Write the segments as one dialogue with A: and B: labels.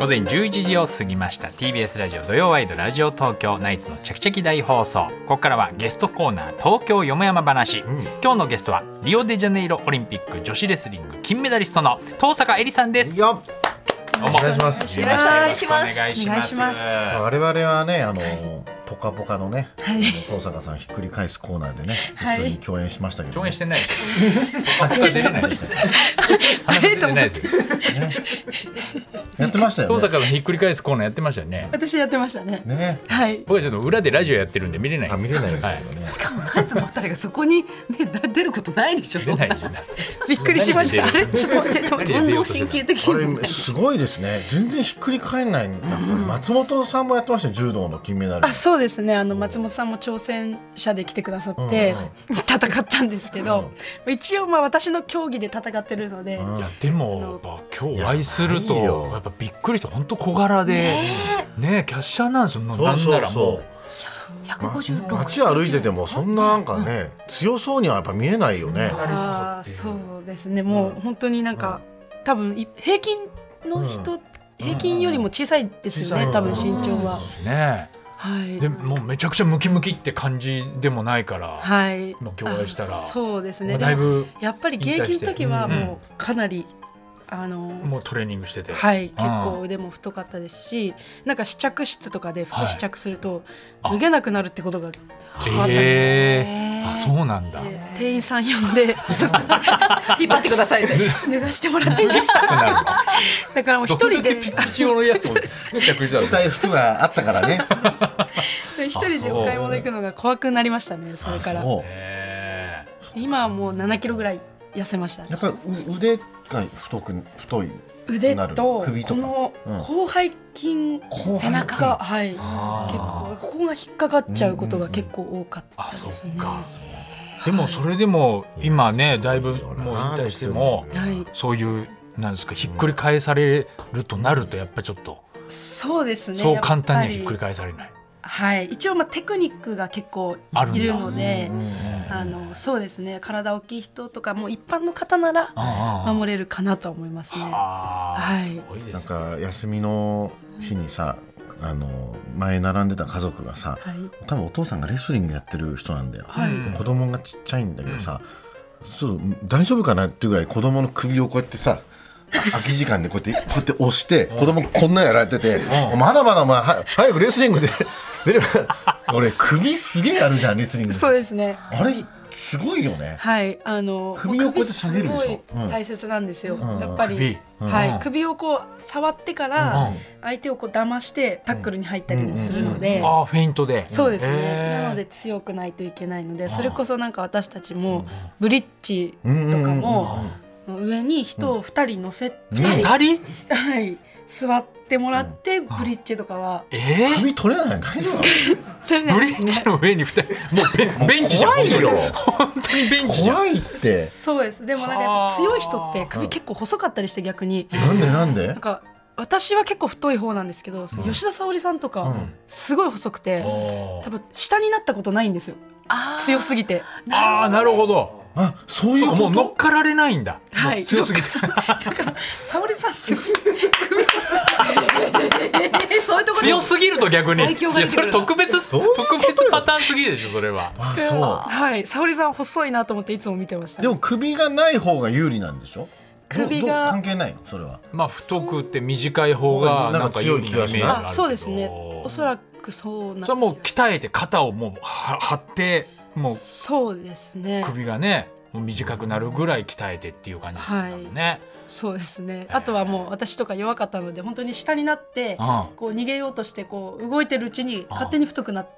A: 午前11時を過ぎました TBS ラジオ土曜ワイドラジオ東京ナイツのチャキチャキ大放送ここからはゲストコーナー東京よもやま話、今日のゲストはリオデジャネイロオリンピック女子レスリング金メダリストの登坂絵莉さんです
B: よっ
A: お
B: お願いします
C: よろしくお願いします
A: お願いし
C: お願
A: ま
C: い
A: す
C: します
B: 我々はねあの、ポカポカのね、
C: はい
B: 登坂さんひっくり返すコーナーでね、
C: はい
B: 一緒に共演しましたけど、ね、
A: 共演してないです僕は出れないです話出れないです
B: やってましたよね
A: 登坂のひっくり返すコーナーやってましたよね
C: 私やってましたね。
B: ね
C: はい。
A: 僕はちょっと裏でラジオやってるんで見れない
B: あ
A: です
B: 見れないです
A: は
B: けどね、
C: しかもナイツのお二人がそこにねだ出ることないでしょ。
A: 出
C: そん
A: な
C: ない
A: ですね
C: びっくりしました。あ
A: 出
C: れちょっと待って
A: 何で出ようと
C: 運動神経的
B: あ
C: にも
B: れすごいですね全然ひっくり返らないやっぱり松本さんもやってましたよ柔道の金メダル
C: あそうですねあの松本さんも挑戦者で来てくださって、戦ったんですけど、一応まあ私の競技で戦ってるので、
B: ん
A: いやでもやっぱ今日お会いすると
B: いやないよ
A: やっぱびっくりして本当小柄でねえキャッシャーなんですよな
B: そう
A: なん
B: そ
A: な
B: う
A: ら
B: そ
A: も
B: う
C: 156セン
B: 街
C: チ
B: 歩いててもそんななんかね強そうにはやっぱ見えないよね
C: あーそうですねもう本当になんか、多分い平均の人、平均よりも小さいですよね、
B: 小さい
C: 多分身長は、
A: うね
C: はい
A: えでもうめちゃくちゃムキムキって感じでもないから、
C: はい
A: もう共演したら
C: あそうです
A: ま
C: ね
A: あだいぶ
C: でもやっぱり現役の時はもうかなり、あの
A: もうトレーニングしてて、
C: はい、結構腕も太かったですし、なんか試着室とかで服
A: はい
C: 試着すると
A: あ
C: 脱げなくなるってことが分かったんです
A: ええあそうなんだ
C: よ。で店員さん呼 んでちょっと引っ張ってくださいって脱がしてもらっていいですか
A: なる
C: だからも う一人 で
A: ピッチ用のやつを着 した
B: 着たい服があったからね
C: 一人でお買い物行くのが怖くなりましたねそれから
B: そう
C: 今はもう7キロぐらい痩せましたね
B: やっぱりう腕が太く太い
C: 腕
B: なる
C: と
B: 首とか
C: こ
B: うん
C: の広背筋、
B: 背
C: 背中がはい結
A: あー
C: 構ここが引っかかっちゃうことが結構多かった
A: あ
C: です
A: そ
C: ね。
A: っかでもそれでも今ねだいぶもう引退しても
C: はい、
A: そういうなんですかひっくり返されるとなるとやっぱちょっと
C: そうですね。
A: そう簡単にはひっくり
C: やぱ
A: 返されない。
C: はい、一応まあテクニックが結構
A: あるんだ
C: いるので、
A: うん
C: あのそうですね。体大きい人とかもう一般の方なら
A: あ
C: 守れるかなとは思いますね。
A: あ
C: は
A: ー
C: い
A: すごいで
B: なん
A: すね。
B: か休みの日にさあの前並んでた家族がさ
C: はい。
B: 多分お父さんがレスリングやってる人なんだよ、
C: はい
B: 子供がちっちゃいんだけどさ、そう大丈夫かなっていうぐらい子供の首をこうやってさ空き時間でこうやってこうやって押して子供こんなやられててまだまだお前は早くレスリングで出れば俺首すげえあるじゃんレスリング
C: そうですね。
B: あれすごいよね
C: はい、あの
B: 首をこうやって下げるでしょ
C: 首すごい大切なんですよ。
B: ん
C: やっぱり
A: 首
C: は
B: うん
C: い、首をこう触ってから
A: うん
C: 相手をこう騙してタックルに入ったりもするので。
A: あーフェイントで。
C: そうですね、
A: へー
C: なので強くないといけないのでそれこそなんか私たちもブリッジとか
B: うんうん
C: も上に人を2人乗 せて、
A: 二人？
C: はい、座ってもらってブリッジとかは
A: え
B: 首取れ ない大丈夫
C: それ
A: ー？
C: なん
A: ブ
C: で
A: リ
C: す
A: ッジの上に二人。もうベンベンチじゃん。
B: 怖いよ
A: 本当に本当にベンチじゃん。
B: 怖いって
C: そうですでもなんかやっぱ強い人って首結構細かったりして逆に
B: なんでなんで
C: なんか私は結構太い方なんですけど、その吉田沙保里さんとかすごい細くて、多分下になったことないんですよ強すぎて
A: ああーなるほど。
B: あそうい
A: そううか
B: こ
A: も
B: と
A: う乗っかられないんだ。
C: はい
A: 強すぎ て。
C: だから沙保里さん すごい首がすえーそういうところに
A: 強すぎると逆に。
C: 最強が
A: いや
C: 出
A: そ
C: てくる
A: れ特別特別パターンすぎるでしょそれは。
B: あそ
C: はい沙保里さん細いなと思っていつも見てまし
B: う
C: た
B: でも首がない方が有利なんでしょ
C: 首
B: ど
C: が
B: どう関係ないのそれは
A: まあ太くて短い方がなんか有利なイメージがあるけ
C: あ
A: ど
C: そうですねおそらくそうなん
A: それはもう鍛えて肩をもうは張ってもう
C: そうですね
A: 首がねもう短くなるぐらい鍛えてっていう感じだもんね、
C: そうですねあとはもう私とか弱かったので本当に下になって
A: うん
C: こう逃げようとしてこう動いてるうちに勝手に太くなっ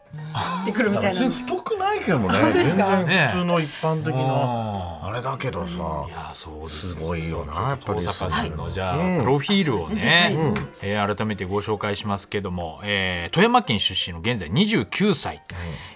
C: てくるみたい
B: 別
C: な
B: に太くないけどね
C: 本当ですか
B: 全然普通の一般的な
A: あ
B: あれだけどさ
A: ーいやそうですす
B: ごいよなやっぱ
A: 登
B: り
A: 坂さんのじゃあ、
B: うん
A: プロフィールをね、
C: うん
A: えー改めてご紹介しますけども、えー富山県出身の現在29歳、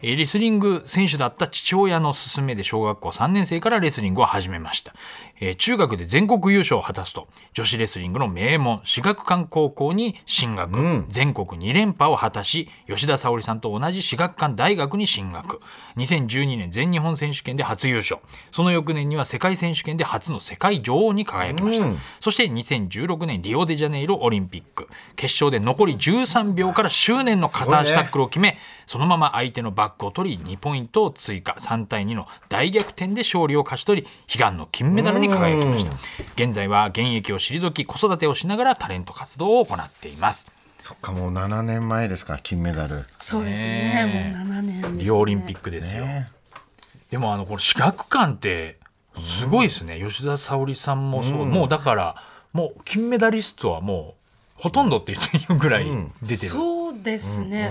A: えーリスリング選手だった父親の勧めで小学校3年生からレスリングを始めました、ええー中学で全国優勝を果たすと女子レスリングの名門私学館高校に進学、全国2連覇を果たし吉田沙保里さんと同じ私学館大学に進学2012年全日本選手権で初優勝その翌年には世界選手権で初の世界女王に輝きました、そして2016年リオデジャネイロオリンピック決勝で残り13秒から執念の片足タックルを決め、そのまま相手のバックを取り2ポイントを追加3対2の大逆転で勝利を勝ち取り悲願の金メダルに輝きました現在は現役を退き子育てをしながらタレント活動を行っています
B: そっかもう7年前ですか金メダル
C: そうです
A: ね
C: ね。もう7年です、ね。
A: リオオリンピックですよ、
B: ね
A: でもあのこの資格感ってすごいですね、吉田沙保里さんもそう、もうだからもう金メダリストはもうほとんどって言っていいぐらい出てる、
C: そうですね。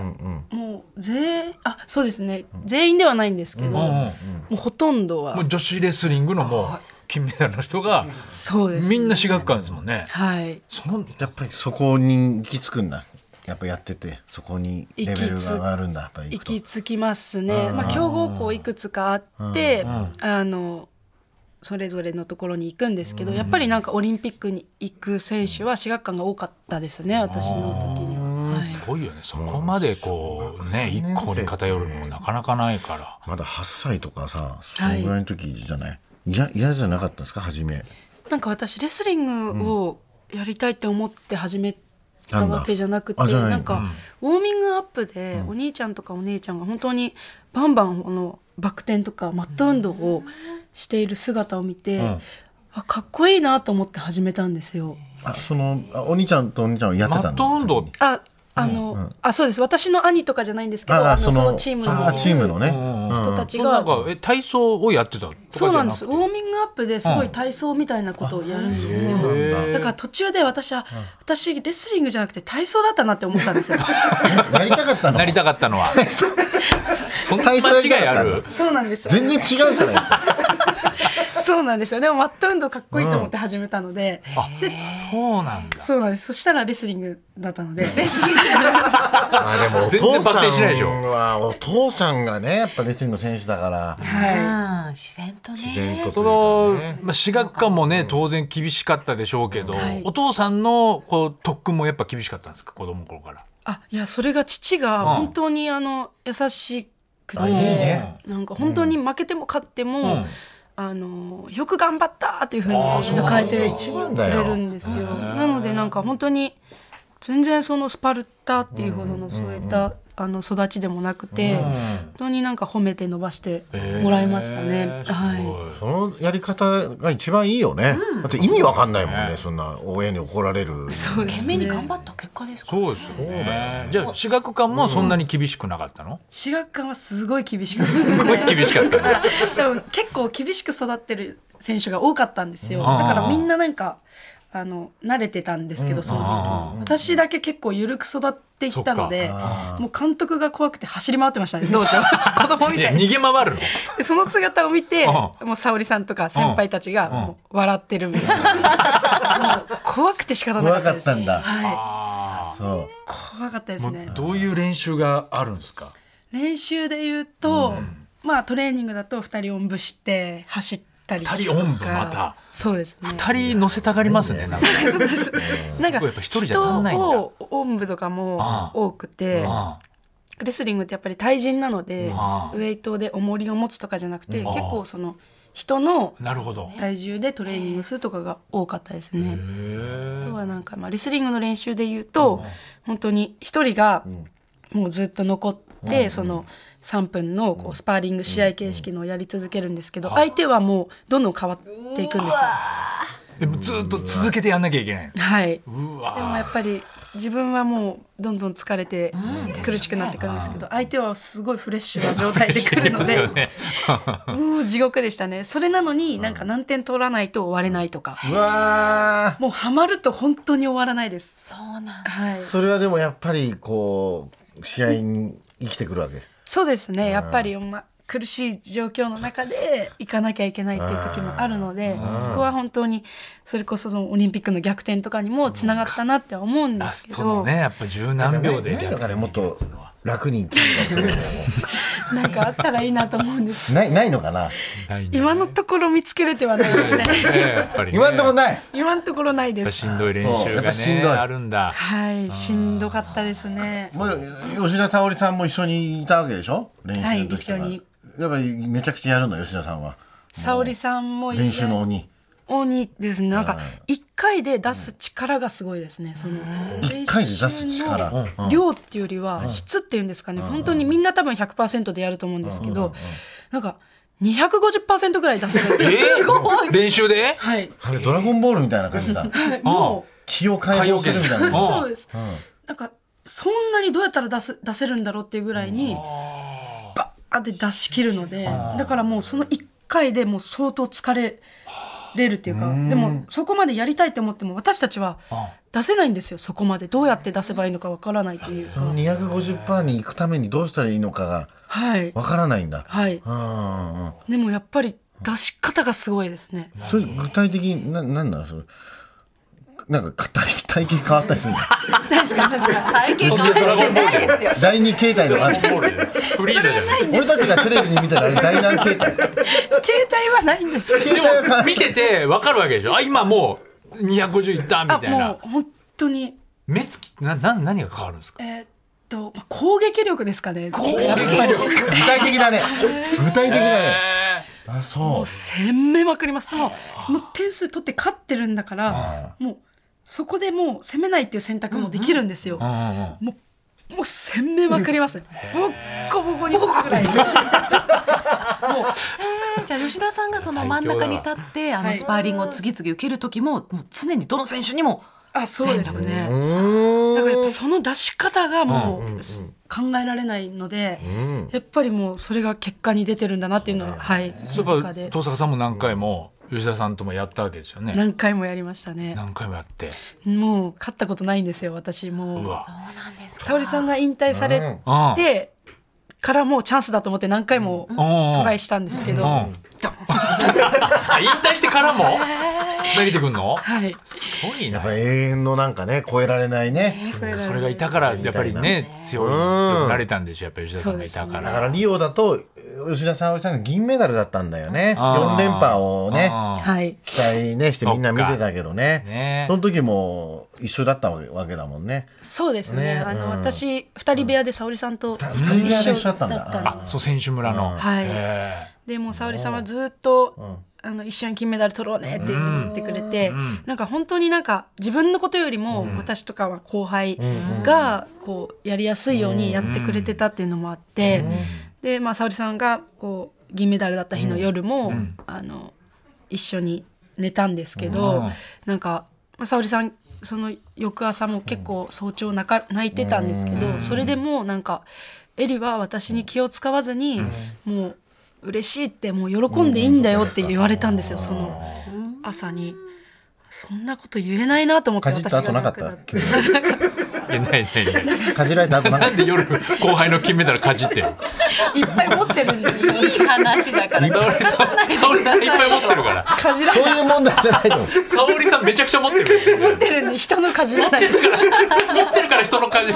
B: うん
C: もう全員あそうですね全員ではないんですけど、
A: うん
C: もうほとんどは
A: もう女子レスリングのもう金メダルの人が
C: そうです、ね。
A: みんな私学館ですもんね。
C: はい。
A: その
B: やっぱりそこに行き着くんだやっぱやっててそこにレベルが上がるんだやっぱり
C: 行
B: 行くと
C: き着きますね。まあ強豪校いくつかあって、あのそれぞれのところに行くんですけど、やっぱりなんかオリンピックに行く選手は私学館が多かったですね。私の時には。はい
A: すごいよねそこまでこうね一個に偏るのもなかなかないから
B: まだ8歳とかさそ
C: はい
B: のぐらいの時じゃない嫌、い、嫌じゃなかったんですか初め
C: なんか私レスリングをやりたいって思って始めたわけじゃなくて
B: なんだあじゃ
C: な
B: ない
C: んかウォーミングアップでお兄ちゃんとかお姉ちゃんが本当にバンバンこのバク転とかマット運動をしている姿を見て、
A: ん
C: あかっこいいなと思って始めたんですよ。
B: あそのあお兄ちゃんとお兄ちゃんをやって
A: マ
B: たんだ
A: ット運動
C: ああの、あそうです私の兄とかじゃないんですけどあのそのチーム
B: あ
C: の
B: チームのね、
A: うんうん
C: 人たち
A: そのな
C: が
A: ん。かえ体操をやってたとかじゃくて
C: そうなんですウォーミングアップですごい体操みたいなことをやるんですよ、
A: へー
C: だから途中で私は、私レスリングじゃなくて体操だったなって思ったん ですよ。
B: えなりたかったの
A: なりたかったの は そんな間
B: 体操やりた
A: 違い
B: かった
A: あ
B: んだ
A: る
C: そうなんですよ。
B: 全然違うじゃないですか
C: そうなんですよ。でもマット運動かっこいいと思って始めたので、
A: あそうなんだ
C: そうなんです。そしたらレスリングだったので、レスリング
B: あでもお
A: 全然
B: 父
A: バク
B: さ
A: 転しないでしょ
B: んはお父さんがねやっぱレスリングの選手だから
C: は
D: うん自然とね
B: 自然と
A: その
B: というかね
A: まあ私学館もね当然厳しかったでしょうけど、
C: はい
A: お父さんのこう特訓もやっぱ厳しかったんですか子供の頃から。
C: あ、いやそれが父が本当にあの優しくて、
B: あいいね
C: なんか本当に負けても勝っても、
A: うん
C: あのよく頑張ったっていう風に
A: あーそうなんだ
C: 迎えて
B: 一番
C: く
B: だよ
C: れるんですよ。なのでなんか本当に全然そのスパルタっていうほどのそういったあの育ちでもなくて、本当になんか褒めて伸ばしてもらいましたね。
A: えー
C: はい
A: す。ごい
B: そのやり方が一番いいよね、だって意味わかんないもんねそんな親に怒られる
C: そうです
D: 懸
C: ね
D: 命に頑張った結果ですか
A: そうですよね。じゃあ私学館もそんなに厳しくなかったの？
C: 私学館はすごい厳しかったです
A: すごい厳しかった ね。
C: でも結構厳しく育ってる選手が多かったんですよ
A: ん
C: だからみんななんかあの慣れてたんですけどそ
A: う
C: の時に私だけ結構緩く育っていったので
A: そっ
C: もう監督が怖くて走り回ってましたね道場子供み
A: い
C: た
A: や
C: いに
A: 逃げ回るの？
C: でその姿を見て
A: うん
C: もう沙織さんとか先輩たちがもう笑ってるみたいなもう怖くて仕方なかったです
B: 怖かったんだ
C: はい、
A: あ
B: そう
C: 怖かったで
A: あ。も
C: す
A: う
C: ね
A: どういう練習があるんですか？
C: 練習で言うと、まあトレーニングだと2人おんぶして走ったりとか
A: 二人おんぶまた
C: そうですね
A: 二人乗せたがりますね。なんか
C: そうですなんか
A: やっぱ一人じゃ足んないんだ
C: 人をおんぶとかも
A: ああ
C: 多くてレスリングってやっぱり対人なので
A: ああ
C: ウェイトで重りを持つとかじゃなくて結構その人の
A: うんなるほど。
C: 体重でトレーニングするとかが多かったですね。
A: へー
C: あとはなんかまあレスリングの練習で言うと本当に一人がもうずっと残ってその3分のこうスパーリング試合形式のをやり続けるんですけど相手はもうどんどん変わっていくんですよ。
A: でもずっと続けてやんなきゃいけない。
C: はい、
A: う
C: で
A: わ
C: もやっぱり自分はもうどんどん疲れて苦しくなってくるんですけど相手はすごいフレッシュな状態で来るの
A: です
C: で
A: よ ね。
C: もう地獄でしたねそれなのになんか何点取らないと終われないとか
B: うわ
C: もうハマると本当に終わらないです
D: そうなんだ
C: はい
B: ーそれはでもやっぱりこう試合に生きてくるわけ
C: そうですねやっぱり、まあ、苦しい状況の中で行かなきゃいけないっていう時もあるのでそこは本当にそれこそそのオリンピックの逆転とかにもつながったなっては思うんで
A: ラ
C: す
A: ス
C: け
A: ト
C: ど
A: のねやっぱ十何秒で
B: だ
A: や
B: から
A: る
B: もっと楽に生きてるんだけども
C: なんかあったらいいなと思うんです。
B: ない ないのかな
A: ないんだよ
C: 今のところ見つけれてはないですね。
A: ねやっぱりね
B: 今んとこない
C: 今のところない
A: やっ
C: で
A: ぱ
C: す。
A: しんどい練
B: そう
A: 習
B: や
A: が
B: っぱしん
A: ね
B: どい
A: あるんだ
C: はい、しんどかったですね。
B: もう吉田沙保里さんも一緒にいたわけでしょ練習の時とか
C: はい一
B: やっぱりめちゃくちゃやるの吉田さんは
C: 沙織さんもいて
B: 練習の鬼
C: 鬼ですね。なんか一回で出す力がすごいですね。その
B: 一回で出す力
C: 練習の量っていうよりは質っていうんですかね。本当にみんな多分100%でやると思うんですけど、なんか250%ぐらい出せる。すごい。
A: 練習で
C: はい。
B: あれドラゴンボールみたいな感じ だ
C: も
B: 気を解放するみたい
C: うん
B: な
A: あ
C: そうです。なんかそんなにどうやったら出す出せるんだろうっていうぐらいにバーって出し切るのでだからもうその1回でもう相当疲れれるっていうかでもそこまでやりたいって思っても私たちは出せないんですよそこまでどうやって出せばいいのかわからないという
B: その
C: か
B: 250%に行くためにどうしたらいいのかが
C: はい
B: わからないんだ
C: はい
B: うんうんうん
C: でもやっぱり出し方がすごいですね
B: それ具体的にななんなのそれなんか体体型変わったりするの
C: 何ですか何ですか
D: 体型変わってないで すよ。
B: 第二形態のあれ
A: フリーザじゃない
B: 俺たちがテレビに見てるあれ第何形態
C: 携帯はないんですよ
B: 携帯は変わ
A: でも見てて分かるわけでしょあ今もう250いったみ
C: あ
A: たいな
C: もう本当に
A: 目つきなな何が変わるんですか
C: えーっとまあ攻撃力ですかねやっぱり
B: 具体的だね具体的だね
A: え
B: あそ
C: もう攻めまくりますでももう点数取って勝ってるんだからもうそこでもう攻めないっていう選択もできるんですよ、
A: ーうんうんうん
C: もうもう攻めまくりますボッコボコにするぐらい
D: じゃあ吉田さんがその真ん中に立ってあ
C: は
D: の
C: い
D: スパーリングを次々受ける時ももう常にどの選手にも
C: あそうですね
B: ううーん
C: だからやっぱその出し方がもう、
A: うんうんうん
C: す考えられないので、やっぱりもうそれが結果に出てるんだなっていうのは、はい
A: そう
C: 身
A: やっ
C: 近
A: ぱ
C: で
A: 登坂さんも何回も吉田さんともやったわけですよね
C: 何回もやりましたね
A: 何回もやって
C: もう勝ったことないんですよ私もう
A: うわ
D: そうなんです
C: 沙織さんが引退され
A: うん
C: てからもうチャンスだと思って何回もトライしたんですけど、
A: うん
C: ドン
A: あ引退してからも投げてくんの
C: はい
A: すごい
B: や
A: な
B: っぱ永遠のなんかね超えられないね
A: それがいたからやっぱりね強い強くなれたんでしょやっぱり吉田さんがいたか
B: だ
A: ら
B: からリオだと吉田沙保里さんが銀メダルだったんだよね
A: あー
B: 4連覇をね
A: あ
C: はい
B: 期待ねしてみんな見てたけど
A: ーね
B: ねその時も一緒だったわけわけだもんね
C: そうですね
B: ね
C: あの、
B: うん
C: 私二人部屋で沙織さんと
B: 二人部屋で
C: 一
B: 一緒
C: 緒
B: だ
C: だ
B: っ
C: ったた
B: ん
C: ん
B: だ
A: あ
C: で
A: そう選手村の
C: はい
A: へ
C: でもう沙織さんはずっと、あの一緒に金メダル取ろうねっていうふうに言ってくれて、なんか本当になんか自分のことよりも私とかは後輩がこうやりやすいようにやってくれてたっていうのもあって、でまあ沙織さんがこう銀メダルだった日の夜も、あの一緒に寝たんですけど、
A: うん
C: なんかまあ沙織さんその翌朝も結構早朝泣か泣いてたんですけど、それでもなんかエリは私に気を使わずに、もう嬉しいってもう喜んでいいんだよって言われたんですよ、その朝に。そんなこと言えないなと思って
B: かじった後なかっ
C: 泣
B: た
C: く
A: えいやないないない
B: かじられた後なかっ
A: で夜後輩の金メダルかじってる
C: だいっぱい持ってるんですよ。
D: いい話だ から
A: 沙織さん沙織さんいっぱい持ってるから
C: かじら
B: たそういう問題じゃない と思う
A: 沙織さんめちゃくちゃ持ってる
C: 持って るんで人のかじらないです。
A: 持ってるから人の感 じ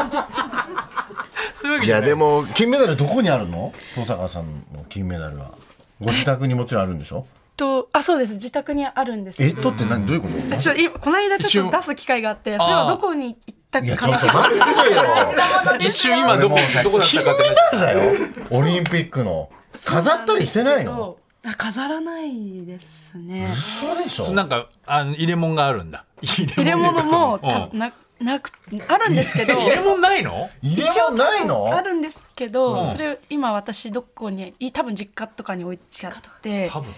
A: そういうわけ
B: い
A: じゃ
B: や
A: ない
B: でも金メダルどこにあるの登坂さんの金メダルはご自宅にもちろんあるんでしょ
C: とあそうです自宅にあるんですけ
B: え
C: ど
B: っとって何どういうこと
C: ちょっと今この間ちょっ
A: 一
C: と
A: 応
C: 出す機会があってそれはどこに行った
B: いやち
C: か
B: ょ
C: な
B: っ と待ってよ
A: 一瞬今どこどこだったかって
B: 金メダルだよオリンピックの飾ったりしてないの
C: あ飾らないですね
B: そうでしょ
A: なんかあの入れ物があるんだ 入
C: 入れ物も
A: っていう
C: た
A: か
C: ななくあるんですけど
A: そのうん入れ物ないの
B: 入れ物ないの
C: あるんですけど、
A: うん
C: それ今私どこにい多分実家とかに置いちゃって
A: 多分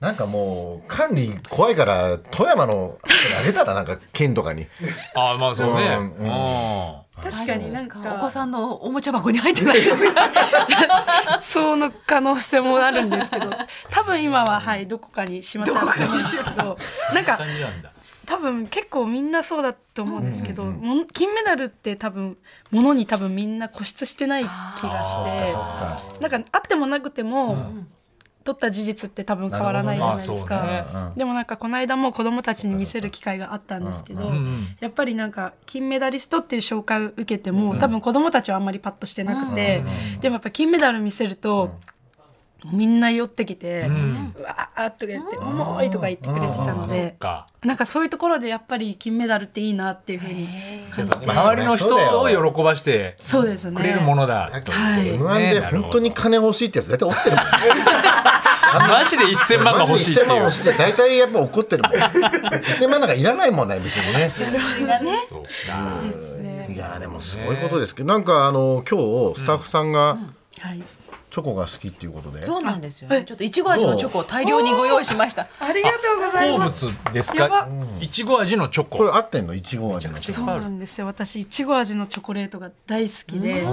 B: なんかもう管理怖いから富山のあげたらなんか県とかに
A: ああまあそうね
B: うんうん
A: う
C: 確かになんか
D: お子さんのおもちゃ箱に入ってないですか
C: そうの可能性もあるんですけ ど多分今ははいどこかにしまったと思うんですけどなん
A: ん
C: か
A: 感じなんだ
C: 多分結構みんなそうだと思うんですけど、もん金メダルって多分ものに多分みんな固執してない気がしてなんかあってもなくても、取った事実って多分変わらないじゃないです
A: なるほどね
C: か。
A: まあ
B: うん
C: でもなんかこの間も子供たちに見せる機会があったんですけど、
A: うんうん
C: やっぱりなんか金メダリストっていう紹介を受けても、多分子供たちはあんまりパッとしてなくて、でもやっぱ金メダル見せると、もうみんな寄ってきて、うわーっとか言って「重い」とか言ってくれてたの
A: そっ
C: で、
A: か
C: なんかそういうところでやっぱり金メダルっていいなっていうふうに感じて
B: まあ
A: 周りの人を喜ばして
C: そうですね
A: くれるものだ、
C: はい、
B: M1 で本当に金欲しいってやつ大体落ちてるもんね
A: マジで1000万が欲しいって
B: 1000万
A: いう
B: 欲しいって大体やっぱ怒ってるもん1000万なんかいらないもんね別にね
A: そうか
B: いやでもすごいことですけどなんかあの今日スタッフさんが
C: はい、
B: チョコが好きっていうことで
D: そうなんですよね。ちょっといちご味のチョコを大量にご用意しました。
C: ありがとうござい
A: 好
C: ます
A: 物です
C: やば
A: かいちご味のチョ
B: これ
A: コ
B: 合ってんのいちご味のチョ
C: そうなんですよ私いちご味のチョコレートが大好きで、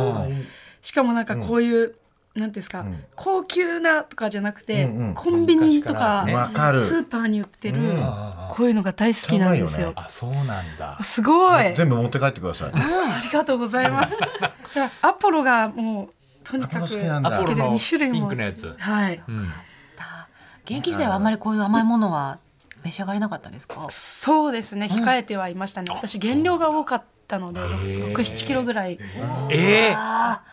C: しかもなんかこういう、なんていうんですか、高級なとかじゃなくて、
B: うんうん
C: コンビニとか
B: コわかる
C: スーパーに売ってる、
B: ん
C: こういうのが大好きなんです
B: う
C: よ。
A: あそうなんだ
C: すごい、
B: 全部持って帰ってください
C: ありがとうございます。だからアポロがもうとにか
B: アポロ
C: く
B: 好きなん
A: ア
B: だ
C: 好
A: ポ
C: き
A: ロ
C: で
A: の
C: 二種類
A: ピン
C: も
A: クのやつ
C: はい、
D: 現役時代はあんまりこういう甘いものは召し上がれなかったんですか。
C: そうですね控えてはいましたね。私減量が多かったので
A: ー
C: 六七キロぐらいだ
A: ええ
C: っ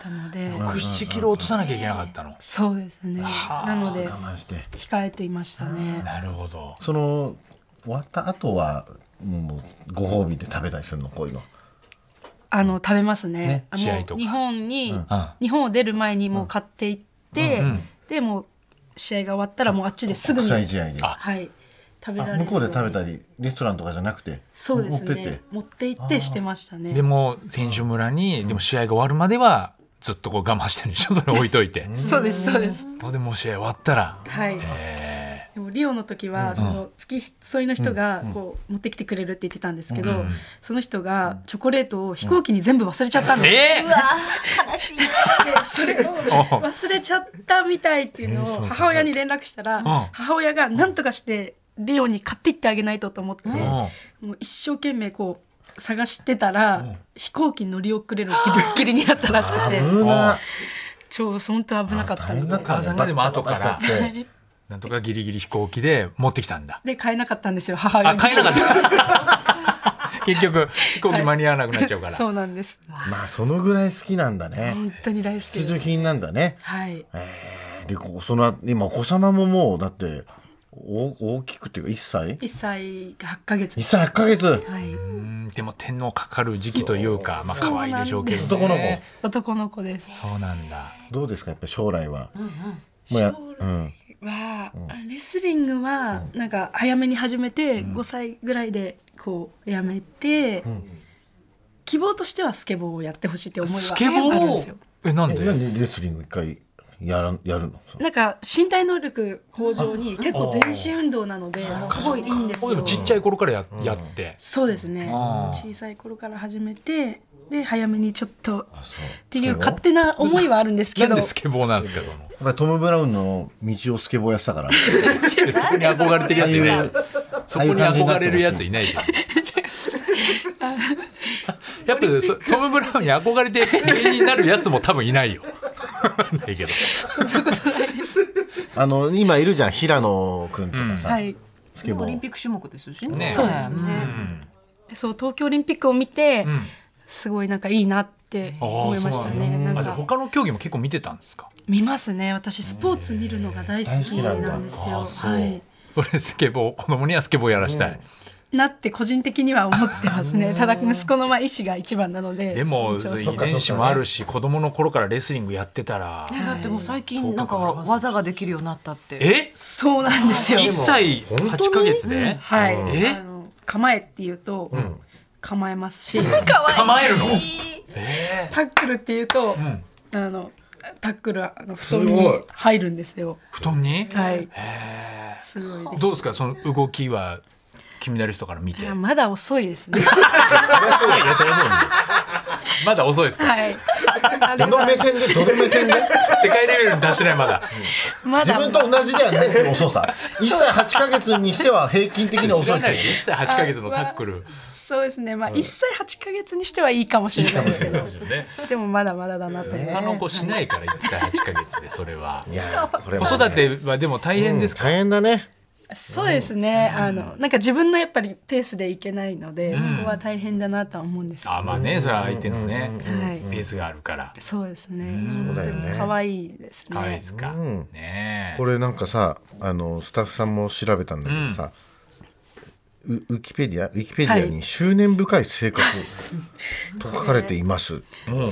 C: たので、
A: 67キロ落とさなきゃいけなかったの
C: そうですね。なので
B: 我慢して
C: 控えていましたね。
A: なるほど
B: その終わった後はもうご褒美で食べたりするのこういうの
C: あの食べますね。
B: ね
C: あの
A: 試合とか
C: 日本に、
A: ん
C: 日本を出る前にもう買っていって、
A: うんうん
C: でもう試合が終わったらもうあっちですぐ
B: 国
C: に、
B: 際試合で
A: あ
C: はい食べられ
B: あ
C: る。
B: 向こうで食べたりレストランとかじゃなくて
C: そうで
B: 持
C: す
B: ってって
C: ね。持って行ってしてましたね。
A: でも選手村にでも試合が終わるまではずっとこう我慢してるんでしょ それ置いといて
C: そうですそうです。
A: どうでも試合終わったら
C: はい。
A: え
C: でもリオの時はその付き添いの人がこう持ってきてくれるって言ってたんですけど、その人がチョコレートを飛行機に全部忘れちゃったん
A: ー
C: です。
A: え
C: それを忘れちゃったみたいっていうのを母親に連絡したら母親が何とかしてレオに買っていってあげないとと思ってもう一生懸命こう探してたら飛行機に乗り遅れるギリッギリになったらしくて
B: うわ
C: 超本当危なかった
B: 大
C: の
B: 変だっ
C: で
B: た
A: 母さんがでも後から
B: バタバタしちゃって
A: なんとかギリギリ飛行機で持ってきたんだ
C: で買えなかったんですよ母親
A: あ
C: に
A: 買えなかった 結局飛行機間に合わなくなっちゃうから
C: そうなんです
B: まあそのぐらい好きなんだね
C: 本当に大好き
B: 必
C: で
B: 需
C: す
B: 品なんだね
C: はい
B: でこその今お子様ももうだってお大きくっていうか1歳
C: 1歳が8ヶ月
B: 1歳8ヶ月
C: はい
A: うんでも天皇かかる時期というかまあ可愛いでしょうけどね
B: 男の子
C: 男の子です
A: そうなんだ
B: どうですかやっぱり将来は、もうや
C: 将来は、レスリングはなんか早めに始めて5歳ぐらいでこうやめて、希望としてはスケボーをやってほしいって思い
A: ス
C: は
A: ケボ
C: あるん
A: ー
C: ですよ。
A: えなん
B: え
A: で
B: なんでレスリング一回やらんやるのそう
C: なんか身体能力向上に結構全身運動なのですごいいいんです
A: おで
C: よ
A: も。ちっちゃい頃からや,、やって
C: そうですね
A: あー
C: 小さい頃から始めてで早めにちょっと
B: あ
C: っ
B: そう
C: ていう勝手な思いはあるんですけ
A: なん
C: ど
A: でスケボーなんですかその
B: やっぱりトム・ブラウンの道をスケボーやって たから
A: でそこに憧れてるやついない
B: ああいう
A: そこに憧れるやついないじゃん。やっぱそトム・ブラウンに憧れて芸人になるやつも多分いないよ。ないけど。
B: あの今いるじゃん平野君とかさ、
C: はい
B: スケボ
D: オリン
B: ー
D: ピック種目ですし
A: ね
D: ね。
C: そうですね。でそう東京オリンピックを見て、
A: ん
C: すごいなんかいいなって思いましたね。なん
A: あじゃあ
C: か
A: 他の競技も結構見てたんですか。
C: 見ますね。私スポーツ見るのが大好きなんですよ。はい。
A: これスケボー子供にはスケボーやらしたい。
C: なって個人的には思ってます ね。ただ息子のまあ意思が一番なので。
A: でも遺
C: 尊重し
A: 伝子もあるし子供の頃からレスリングやってたら。
D: ねだってもう最近なんか技ができるようになったって。
A: え
C: そうなんですよ。
A: 一歳八ヶ月で
C: はい。
A: え
C: あの構えって言うと、構えます し、
A: 構えるの
C: タックルって言うと、あのタックルあの布団に入るんですよ。
A: 布団に。
C: はい。すごいです。
A: どうですかその動きは金メダリストから見て。
C: あまだ遅い ですね。
A: いやそれはもういいよまだ遅いです か
C: はい。あれ
B: どの
C: は
B: 目線 でどの目線で
A: 世界レベルに達してないまだ
C: ま
B: 自
C: だ
B: 分と同じではないっていう遅さ1歳8ヶ月にしては平均的に
A: 知
B: 遅
A: ら
B: いって
A: ないいう1歳8ヶ月のタックル
C: そうですねまあ1歳8ヶ月にしてはいいかもしれないですけど
A: ですよね
C: でもまだまだだなと思い
A: 他
C: ます
A: の子しないから1歳8ヶ月でそれは
B: いやーこれは
A: 子
B: ね
A: 育てはでも大変ですか、
B: 大変だね
C: そうですね、あのなんか自分のやっぱりペースでいけないので、そこは大変だなとは思うんですけど、
A: あまあねそれは相手のね、
C: はい
A: ペースがあるから
C: そうですね、
B: そう
C: 本
B: だ
C: 当
B: よね
C: に可愛いです
A: 可愛い
C: ね
A: で。すか、
B: ん
A: ねえ
B: これなんかさあのスタッフさんも調べたんだけどさ、ウウキペディアウィキペディア
C: は
B: に執念深い生活 と書かれています、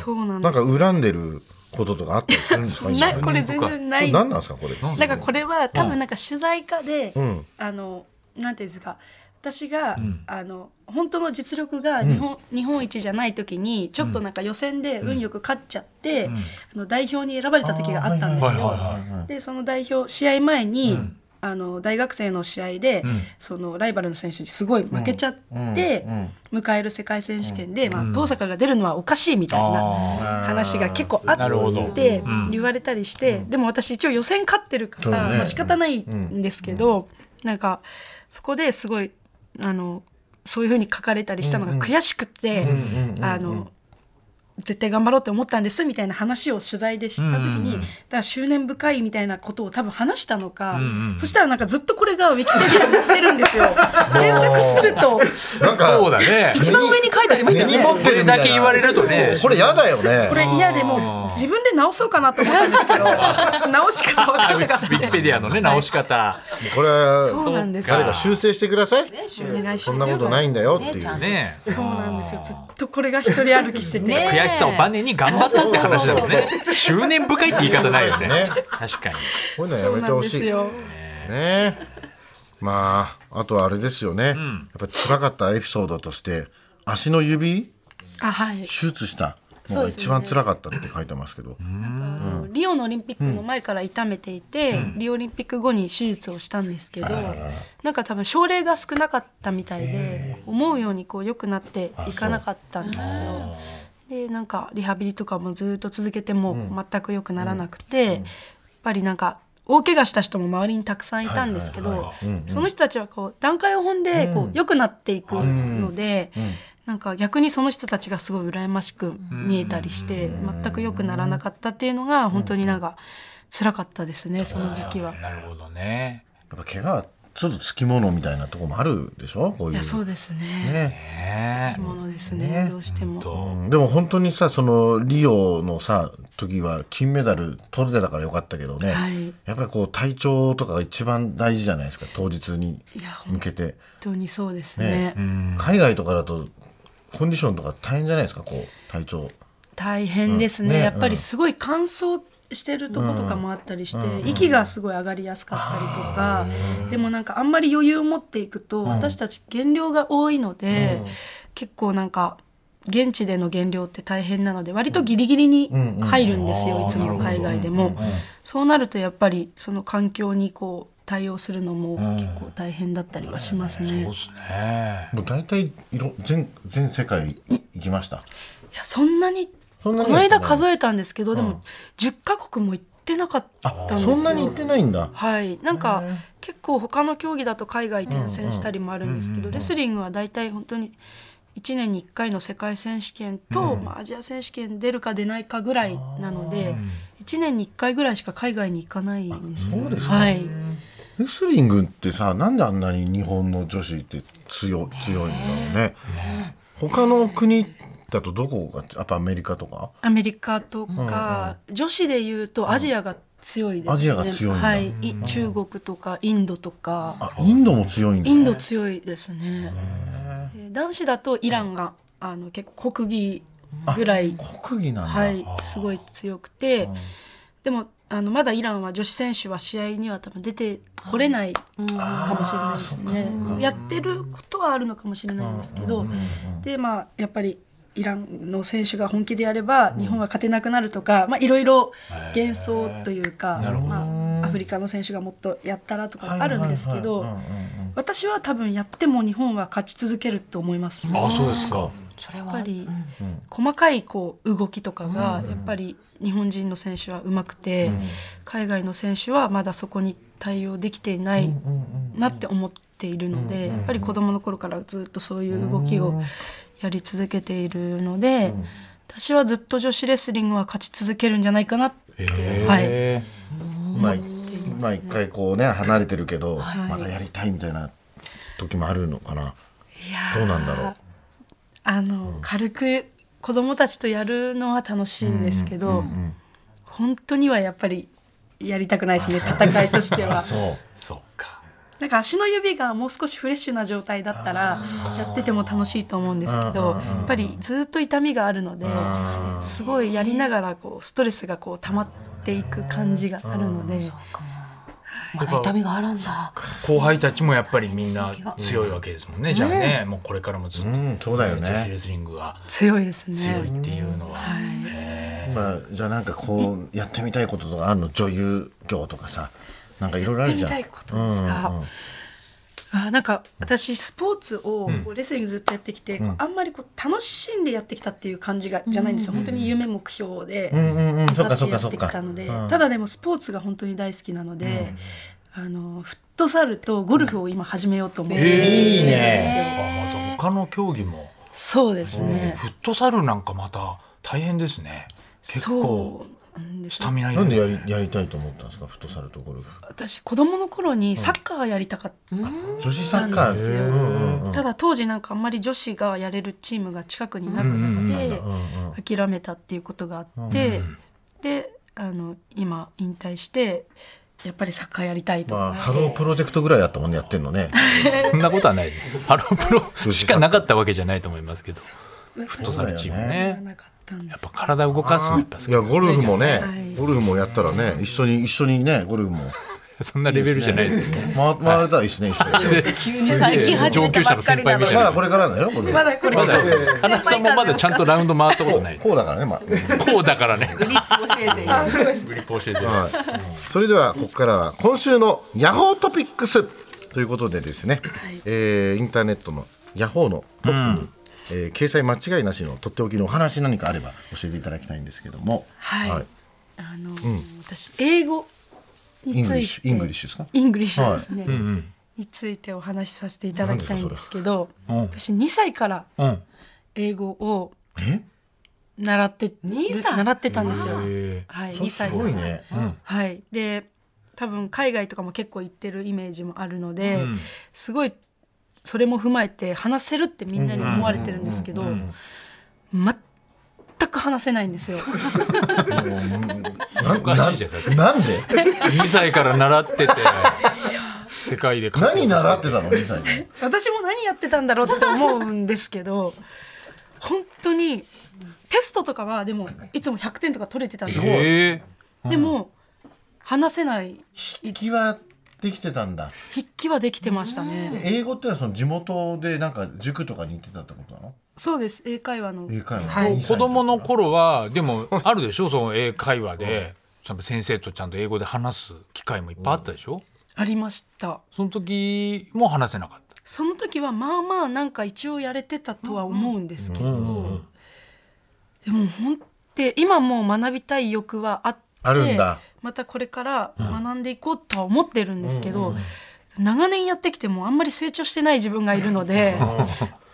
C: そうなん
B: な
C: で
B: ん
C: す
B: か。恨んでることとかあったりするんですか
C: なこれ全然ない。
B: 何なんですかこれ
C: なんかこれは多分なんか取材家で、あのなんていうんですか私が、あの本当の実力が日本,、日本一じゃない時にちょっとなんか予選で運よく勝っちゃって、あの代表に選ばれた時があったんですよ。でその代表試合前に、あの大学生の試合で、そのライバルの選手にすごい負けちゃって、迎える世界選手権で、まあ、登坂が出るのはおかしいみたいな話が結構あ
A: なるほど
C: って言われたりして、でも私一応予選勝ってるから、
B: そうだね
C: まあ、仕方ないんですけど、なんかそこですごいあのそういうふうに書かれたりしたのが悔しくて、あの絶対頑張ろうって思ったんですみたいな話を取材でした時に、だから執念深いみたいなことを多分話したのか、そしたらなんかずっとこれがウィキペディアに載ってるん ですよ。検索すると
B: なんか
A: そうだね
C: 一番上に書いてありました
B: 手
C: よ
B: に
C: ね。
B: 持ってるみたいな
A: これだけ言われるとね
B: これやだよね
C: これ嫌でもう自分で直そうかなと思ったんで すけどちょっと直し方分
A: あ
C: か
A: ウィ
C: んなかっ
A: キ
C: た
A: ウ
C: ん
A: ィ
C: で
A: キペディアのね直し方
B: これは
C: そうなんですよ
A: そう
B: 誰か修正してください
C: お願いし
B: そん
C: ま
B: な
C: す
B: ことないんだよっていう
A: ねえ
C: そうなんですよずっとこれが一人歩きしてて、
D: ね
A: 悔しさをバネに頑張ったって話だもんね執念深いって言い方ないよね
B: ね
A: 確かに
B: こういうのはや
C: そう
B: めて
C: なん
B: ほ
C: で
B: し
C: す
B: い
C: よ
B: ねまああとはあれですよね、やっぱ辛かったエピソードとして足の指
C: あはい
B: 手術した
C: そ
B: の
C: う
B: が
C: ですね
B: 一番辛かったって書いてますけど、
C: あのリオのオリンピックの前から痛めていて、リオオリンピック後に手術をしたんですけど、なんか多分症例が少なかったみたいで思うようにこう良くなっていかなかったんですよ。でなんかリハビリとかもずっと続けても全く良くならなくて、やっぱりなんか大怪我した人も周りにたくさんいたんですけどその人たちはこう段階を踏んでこう良くなっていくので。なんか逆にその人たちがすごい羨ましく見えたりして全く良くならなかったっていうのが本当になんか辛かったですねその時期は。
A: なるほどね
B: やっぱ怪我はちょっとつきものみたいなとこもあるでしょこういう
C: いやそうですね。
B: ね、
C: つきものですねどうしても。
B: うんでも本当にさそのリオのさ時は金メダル取れてたからよかったけどね、
C: はい
B: やっぱりこう体調とかが一番大事じゃないですか当日に
C: いや本
B: 向けて、
C: 当にそうです
B: ね
C: ね。
B: 海外とかだとコンディションとか大変じゃないですかこう体調
C: 大変ですね,、
B: うんね
C: やっぱりすごい乾燥してるとことかもあったりして、息がすごい上がりやすかったりとか、でもなんかあんまり余裕を持っていくと、私たち減量が多いので、結構なんか現地での減量って大変なので割とギリギリに入るんですよ、いつも海外でも、そうなるとやっぱりその環境にこう対応するのも結構大変だったりはしますね。
A: そうですね
B: もう大体いろ全全世界行きました
C: いやそんなに
B: そんなに
C: この間数えたんですけど、でも10カ国も行ってなかったんです
B: そ
C: よ
B: んなに行ってないんだ
C: はいなんか結構他の競技だと海外転戦したりもあるんですけど、レスリングは大体本当に1年に1回の世界選手権と、まあ、アジア選手権出るか出ないかぐらいなので1年に1回ぐらいしか海外に行かないんですよ
B: そうですね
C: はい
B: レスリングってさなんであんなに日本の女子って強強いんだろうね他の国だとどこがやっぱアメリカとか
C: アメリカとか、女子でいうとアジアが強いですね、
B: アジアが強いんだ
C: はい、い中国とかインドとか
B: あインドも強いんだ
C: インド強いですね。で男子だとイランが、あの結構国技ぐらい、
B: 国技なんだ、
C: はい、すごい強くて、でもあのまだイランは女子選手は試合には多分出てこれないかもしれないですね。やってることはあるのかもしれないんですけど、でまあやっぱり。イランの選手が本気でやれば日本は勝てなくなるとか、まあ、いろいろ幻想というか、まあ、アフリカの選手がもっとやったらとかあるんですけど、私は多分やっても日本は勝ち続けると思います。やっ
A: あそうですか
D: それは
C: ぱり細かいこう動きとかがやっぱり日本人の選手はうまくて海外の選手はまだそこに対応できていないなって思っているのでやっぱり子どもの頃からずっとそういう動きをやり続けているので私はずっと女子レスリングは勝ち続けるんじゃないかなって、はい、
A: へ
B: まあ、まあ一回こうね離れてるけど、
C: はい
B: またやりたいみたいな時もあるのかな。
C: いやー
B: どうなんだろう
C: あの軽く子供たちとやるのは楽しいんですけど、本当にはやっぱりやりたくないですね戦いとして は
B: そう。
A: ーそうか
C: なんか足の指がもう少しフレッシュな状態だったらやってても楽しいと思うんですけどやっぱりずっと痛みがあるのですごいやりながらこうストレスがこう溜まっていく感じがあるので
D: まだ痛みがあるんだ。
A: 後輩たちもやっぱりみんな強いわけですもんね、じゃあねもうこれからもずっと、
B: うんそうだよね
A: 女子レスリングは
C: 強いですね。
A: 強いっていうのは、
B: まあじゃあなんかこうやってみたいこととかあるの女優業とかさ、なんかいろいろあるじゃん。
C: やってみたいことですか
B: うんうんうん
C: あなんか私スポーツをこうレスリングずっとやってきて、こうあんまりこう楽しんでやってきたっていう感じがじゃないんですよ、本当に夢目標で、
B: うんうんうんそっ
C: 頑張
B: か
C: っ
B: そ
C: て
B: っ
C: や
B: かそ
C: っ
B: ってか
C: きたので、
B: うん
C: ただでもスポーツが本当に大好きなので、あのフットサルとゴルフを今始めようと思ってるんですよ、
B: いいね
A: あまた他の競技も、
C: そうですね、
A: フットサルなんかまた大変ですね結構
C: そうなんです
A: スタミナいる
B: なんでやりやりたいと思ったんですかフットサルとゴルフ。
C: 私子供の頃にサッカーがやりたかっ
B: 女子サ
C: た
B: ッ
C: んで
B: カー
C: す
B: ね
C: よ、
B: うんうんうん
C: ただ当時なんかあんまり女子がやれるチームが近くになくなって、諦めたっていうことがあって、であの今引退してやっぱりサッカーやりたいと
B: まあ
C: 思って、
B: ハロープロジェクトぐらいやったもんねやってんのね。
A: そんなことはないハロプロしかなかったわけじゃないと思いますけど
C: フ
A: フットサルチームね
C: なかったんで
A: やっ
C: す
A: ぱ体動かすのやっぱ
B: いやゴルフもね
C: い
B: ゴルフもやったらね一緒に一緒にねゴルフも
A: そんなレベルじゃないですよね
B: 回回れたらいいですね一緒に。
D: 急に最近始めたばっかりなの
A: 上級者の先輩みたい
D: に
A: な。
B: まだこれからだよゴルフ。
C: まだこれ
A: まだ花さんもまだちゃんとラウンド回ったこ
B: ことう
A: ない
B: こうだからねまあ。
A: こうだからね
D: グリップ教え てよ。
A: グリップ教えてる
B: はい、それではここからは今週のヤホートピックスということでですね、えーインターネットのヤホーのトップに、えー掲載間違いなしのとっておきのお話何かあれば教えていただきたいんですけども、
C: はい、あのー私英語
B: イン
C: に
B: グ
C: つ
B: リッ
C: い
B: シ
C: て
B: ュイングリッシュですか
C: イングリッシュですね、についてお話しさせていただきたいんですけど
A: 何で
C: 私2歳から
A: うん
C: 英語を
B: え
C: 習って
D: 二歳
C: 習ってたんですよ、
A: へ
C: はい、
B: そう
C: 2
B: す
C: 歳
B: ごいね、
C: はい、で多分海外とかも結構行ってるイメージもあるので、
A: ん
C: すごいそれも踏まえて話せるってみんなに思われてるんですけど、全く話せないんです よ。
B: な
A: おかしいじゃんだって
B: なん で
A: 2歳から習ってて世界で活躍
B: 何習ってたの2歳 で
C: 私も何やってたんだろうって思うんですけど本当にテストとかはでもいつも100点とか取れてたんですよ。
A: へえ
C: でも話せない
B: 引きはできてたんだ
C: 筆記はできてましたね。
B: 英語ってのはその地元でなんか塾とかに行ってたってことなの
C: そうです英会話の
B: 英会話
C: はい
B: 二歳
A: 子供の頃はでもあるでしょその英会話でちゃんと先生とちゃんと英語で話す機会もいっぱいあったでしょ
C: ありました。
A: その時も話せなかった
C: その時はまあまあなんか一応やれてたとは思うんですけど、でも本って今もう学びたい欲はあって
B: あるんだ
C: またこれから学んでいこうとは思ってるんですけど、長年やってきてもあんまり成長してない自分がいるの で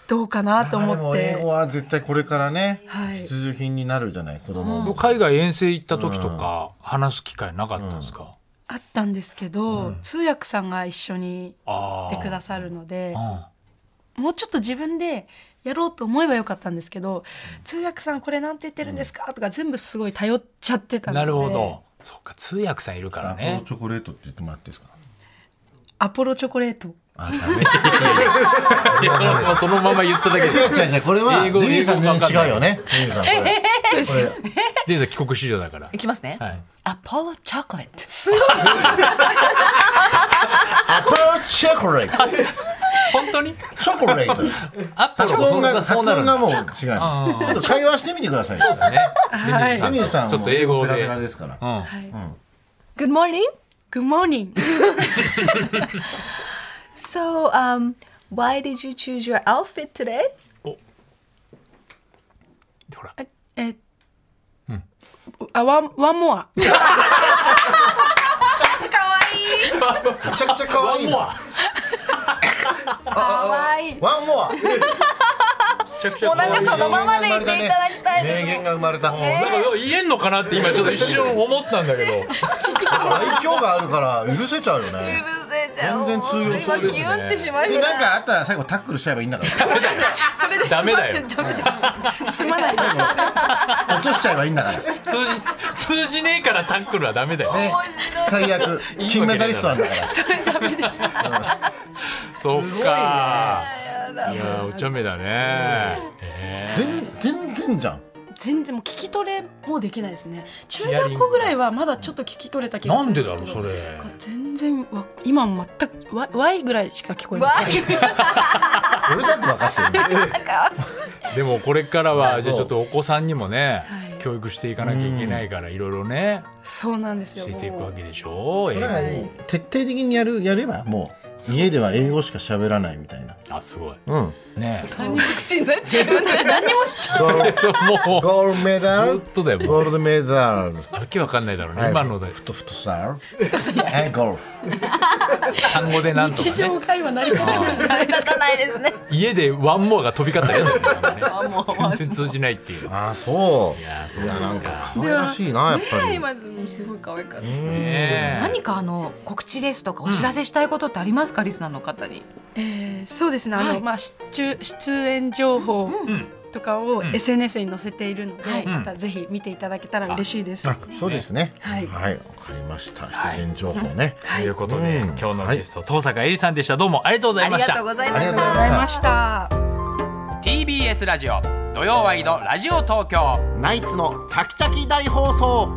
C: どうかなと
B: で
C: 思っ
B: も英
C: て
B: 語は絶対これからね、
C: はい
B: 必需品になるじゃない子供も、
A: 海外遠征行った時とか話す機会なかったんですか
C: あったんですけど、通訳さんが一緒に
A: あ
C: い
A: あ
C: てくださるので
A: あ
C: もうちょっと自分でやろうと思えばよかったんですけど通訳さんこれなんて言ってるんですかとか全部すごい頼っちゃってたので
A: なるほどそっか通訳さんいるから
B: アポロ
A: ね
B: チョコレートって言ってもらっていいですか
C: アポロチョコレート
B: あ、ダメ。
A: いやその ままそのまま言っただけで
B: 違う違う、これは、
A: 英
B: デ
A: 語
B: ビューさん
A: 英語わか
B: 全
A: んな
B: 然
A: い
B: 違うよね。デビューさん、これ。
A: レイさん帰国子女だから
D: いきますね。
A: はい
D: アポロチョコレート。
B: アポロチョコレート。
A: 本当に
B: チョコレート。
A: あった
B: 発音が、発
A: そう
B: 音
A: なるん
B: が
A: だ
B: もう違うの。ちょっと会話してみてください。デ
A: ね
C: はい
B: ビューさん、
A: ちょっと英語
B: ペラ
A: で
B: ペラですから。
A: うん
C: はい
D: Good morning.
C: Good morning
D: So, um, why did you choose your outfit today?
A: ほら
C: えあワンワンモア
D: かわいい。
A: ワン
B: めちゃくちゃ可愛いな。
A: ワ
D: 可愛いい。
B: ワンモア。
A: めちゃくちゃ
D: もう
A: 可
D: なん
A: 愛い
D: かそのままでいていただきたい
B: 名
D: です。
B: 言が生まれた。
A: うんなんか言えんのかなって今ちょっと一瞬思ったんだけど
B: 愛嬌があるから許せちゃうよ
D: うる
B: ね。
D: せえちゃん。
B: 全然通用する
D: 今ギュンってしまい
B: で
D: ま
B: なん
D: し
B: か
D: た。
B: あったら最後タックルしちゃえばいいんだ から。
C: それで済ませ
A: ダメだよ
C: ダメです済まないです
B: 落としちゃえばいいんだから。ね。
A: 通じ通じねえからタックルはダメだよいい
B: 最悪
A: わけね
B: 金メダリストなんだから。
A: そっかいやお茶目だねえ
B: 全全然じゃん。
C: 全然もう聞き取れもうできないですね中学校ぐらいはまだちょっと聞き取れた気がするんですけど
A: なんでだろうそれ
C: なんか全然わ今も全くわ Y ぐらいしか聞こえない
B: 俺だって分かって るよ。
A: ーでもこれからはじゃあちょっとお子さんにもね
C: はい
A: 教育していかなきゃいけないからいろいろね
C: そうなんですよ
A: 教えていく
C: も
A: わ
C: う
A: けでしょ英
B: だからも
A: 語
B: う徹底的にやるやればもう家では英語しか喋らないみたいな。
A: あすごい
B: うん。
A: ね
D: 何も口になっちゃう。
C: 私何にもしちゃう
B: ゴール
A: もう
B: ゴールメダル
A: ず。っとだよも
B: ゴー
A: う
B: ルドメダ
A: わ
B: ル。
A: けわかんないだろうね今ので
B: ふとふとさ。えゴルフ。
A: 単語でなんと
C: 日
A: かね
C: 常会話成り立たないじゃないですか
D: 立たないですね。
A: 家でワンモアが飛び交った りね
D: あもう。
A: 全然通じないっていう
B: ああそう。
A: い
B: い
A: やーそう
B: やなん
A: で
B: か可愛らしいなやっぱり。
D: 今すごい可愛かった。
A: ね
D: 何かあの告知ですとかお知らせしたいことってありますか、リスナーの方に。
C: えーそうですねあの、
D: はい
C: まあ出出演情報とかを
A: うん
C: SNS に載せているので、
D: はい
C: またぜひ見ていただけたら嬉しいです、
B: あそうですね。
C: はい
B: はいわかりました。出演情報ね。
A: ということで
B: うん
A: 今日のゲスト登坂えりさんでしたどうもありがとうございました
D: ざい
B: ありがとうご
C: ありがとうございました。
A: TBS ラジオ土曜ワイドラジオ東京
E: ナイツのチャキチャキ大放送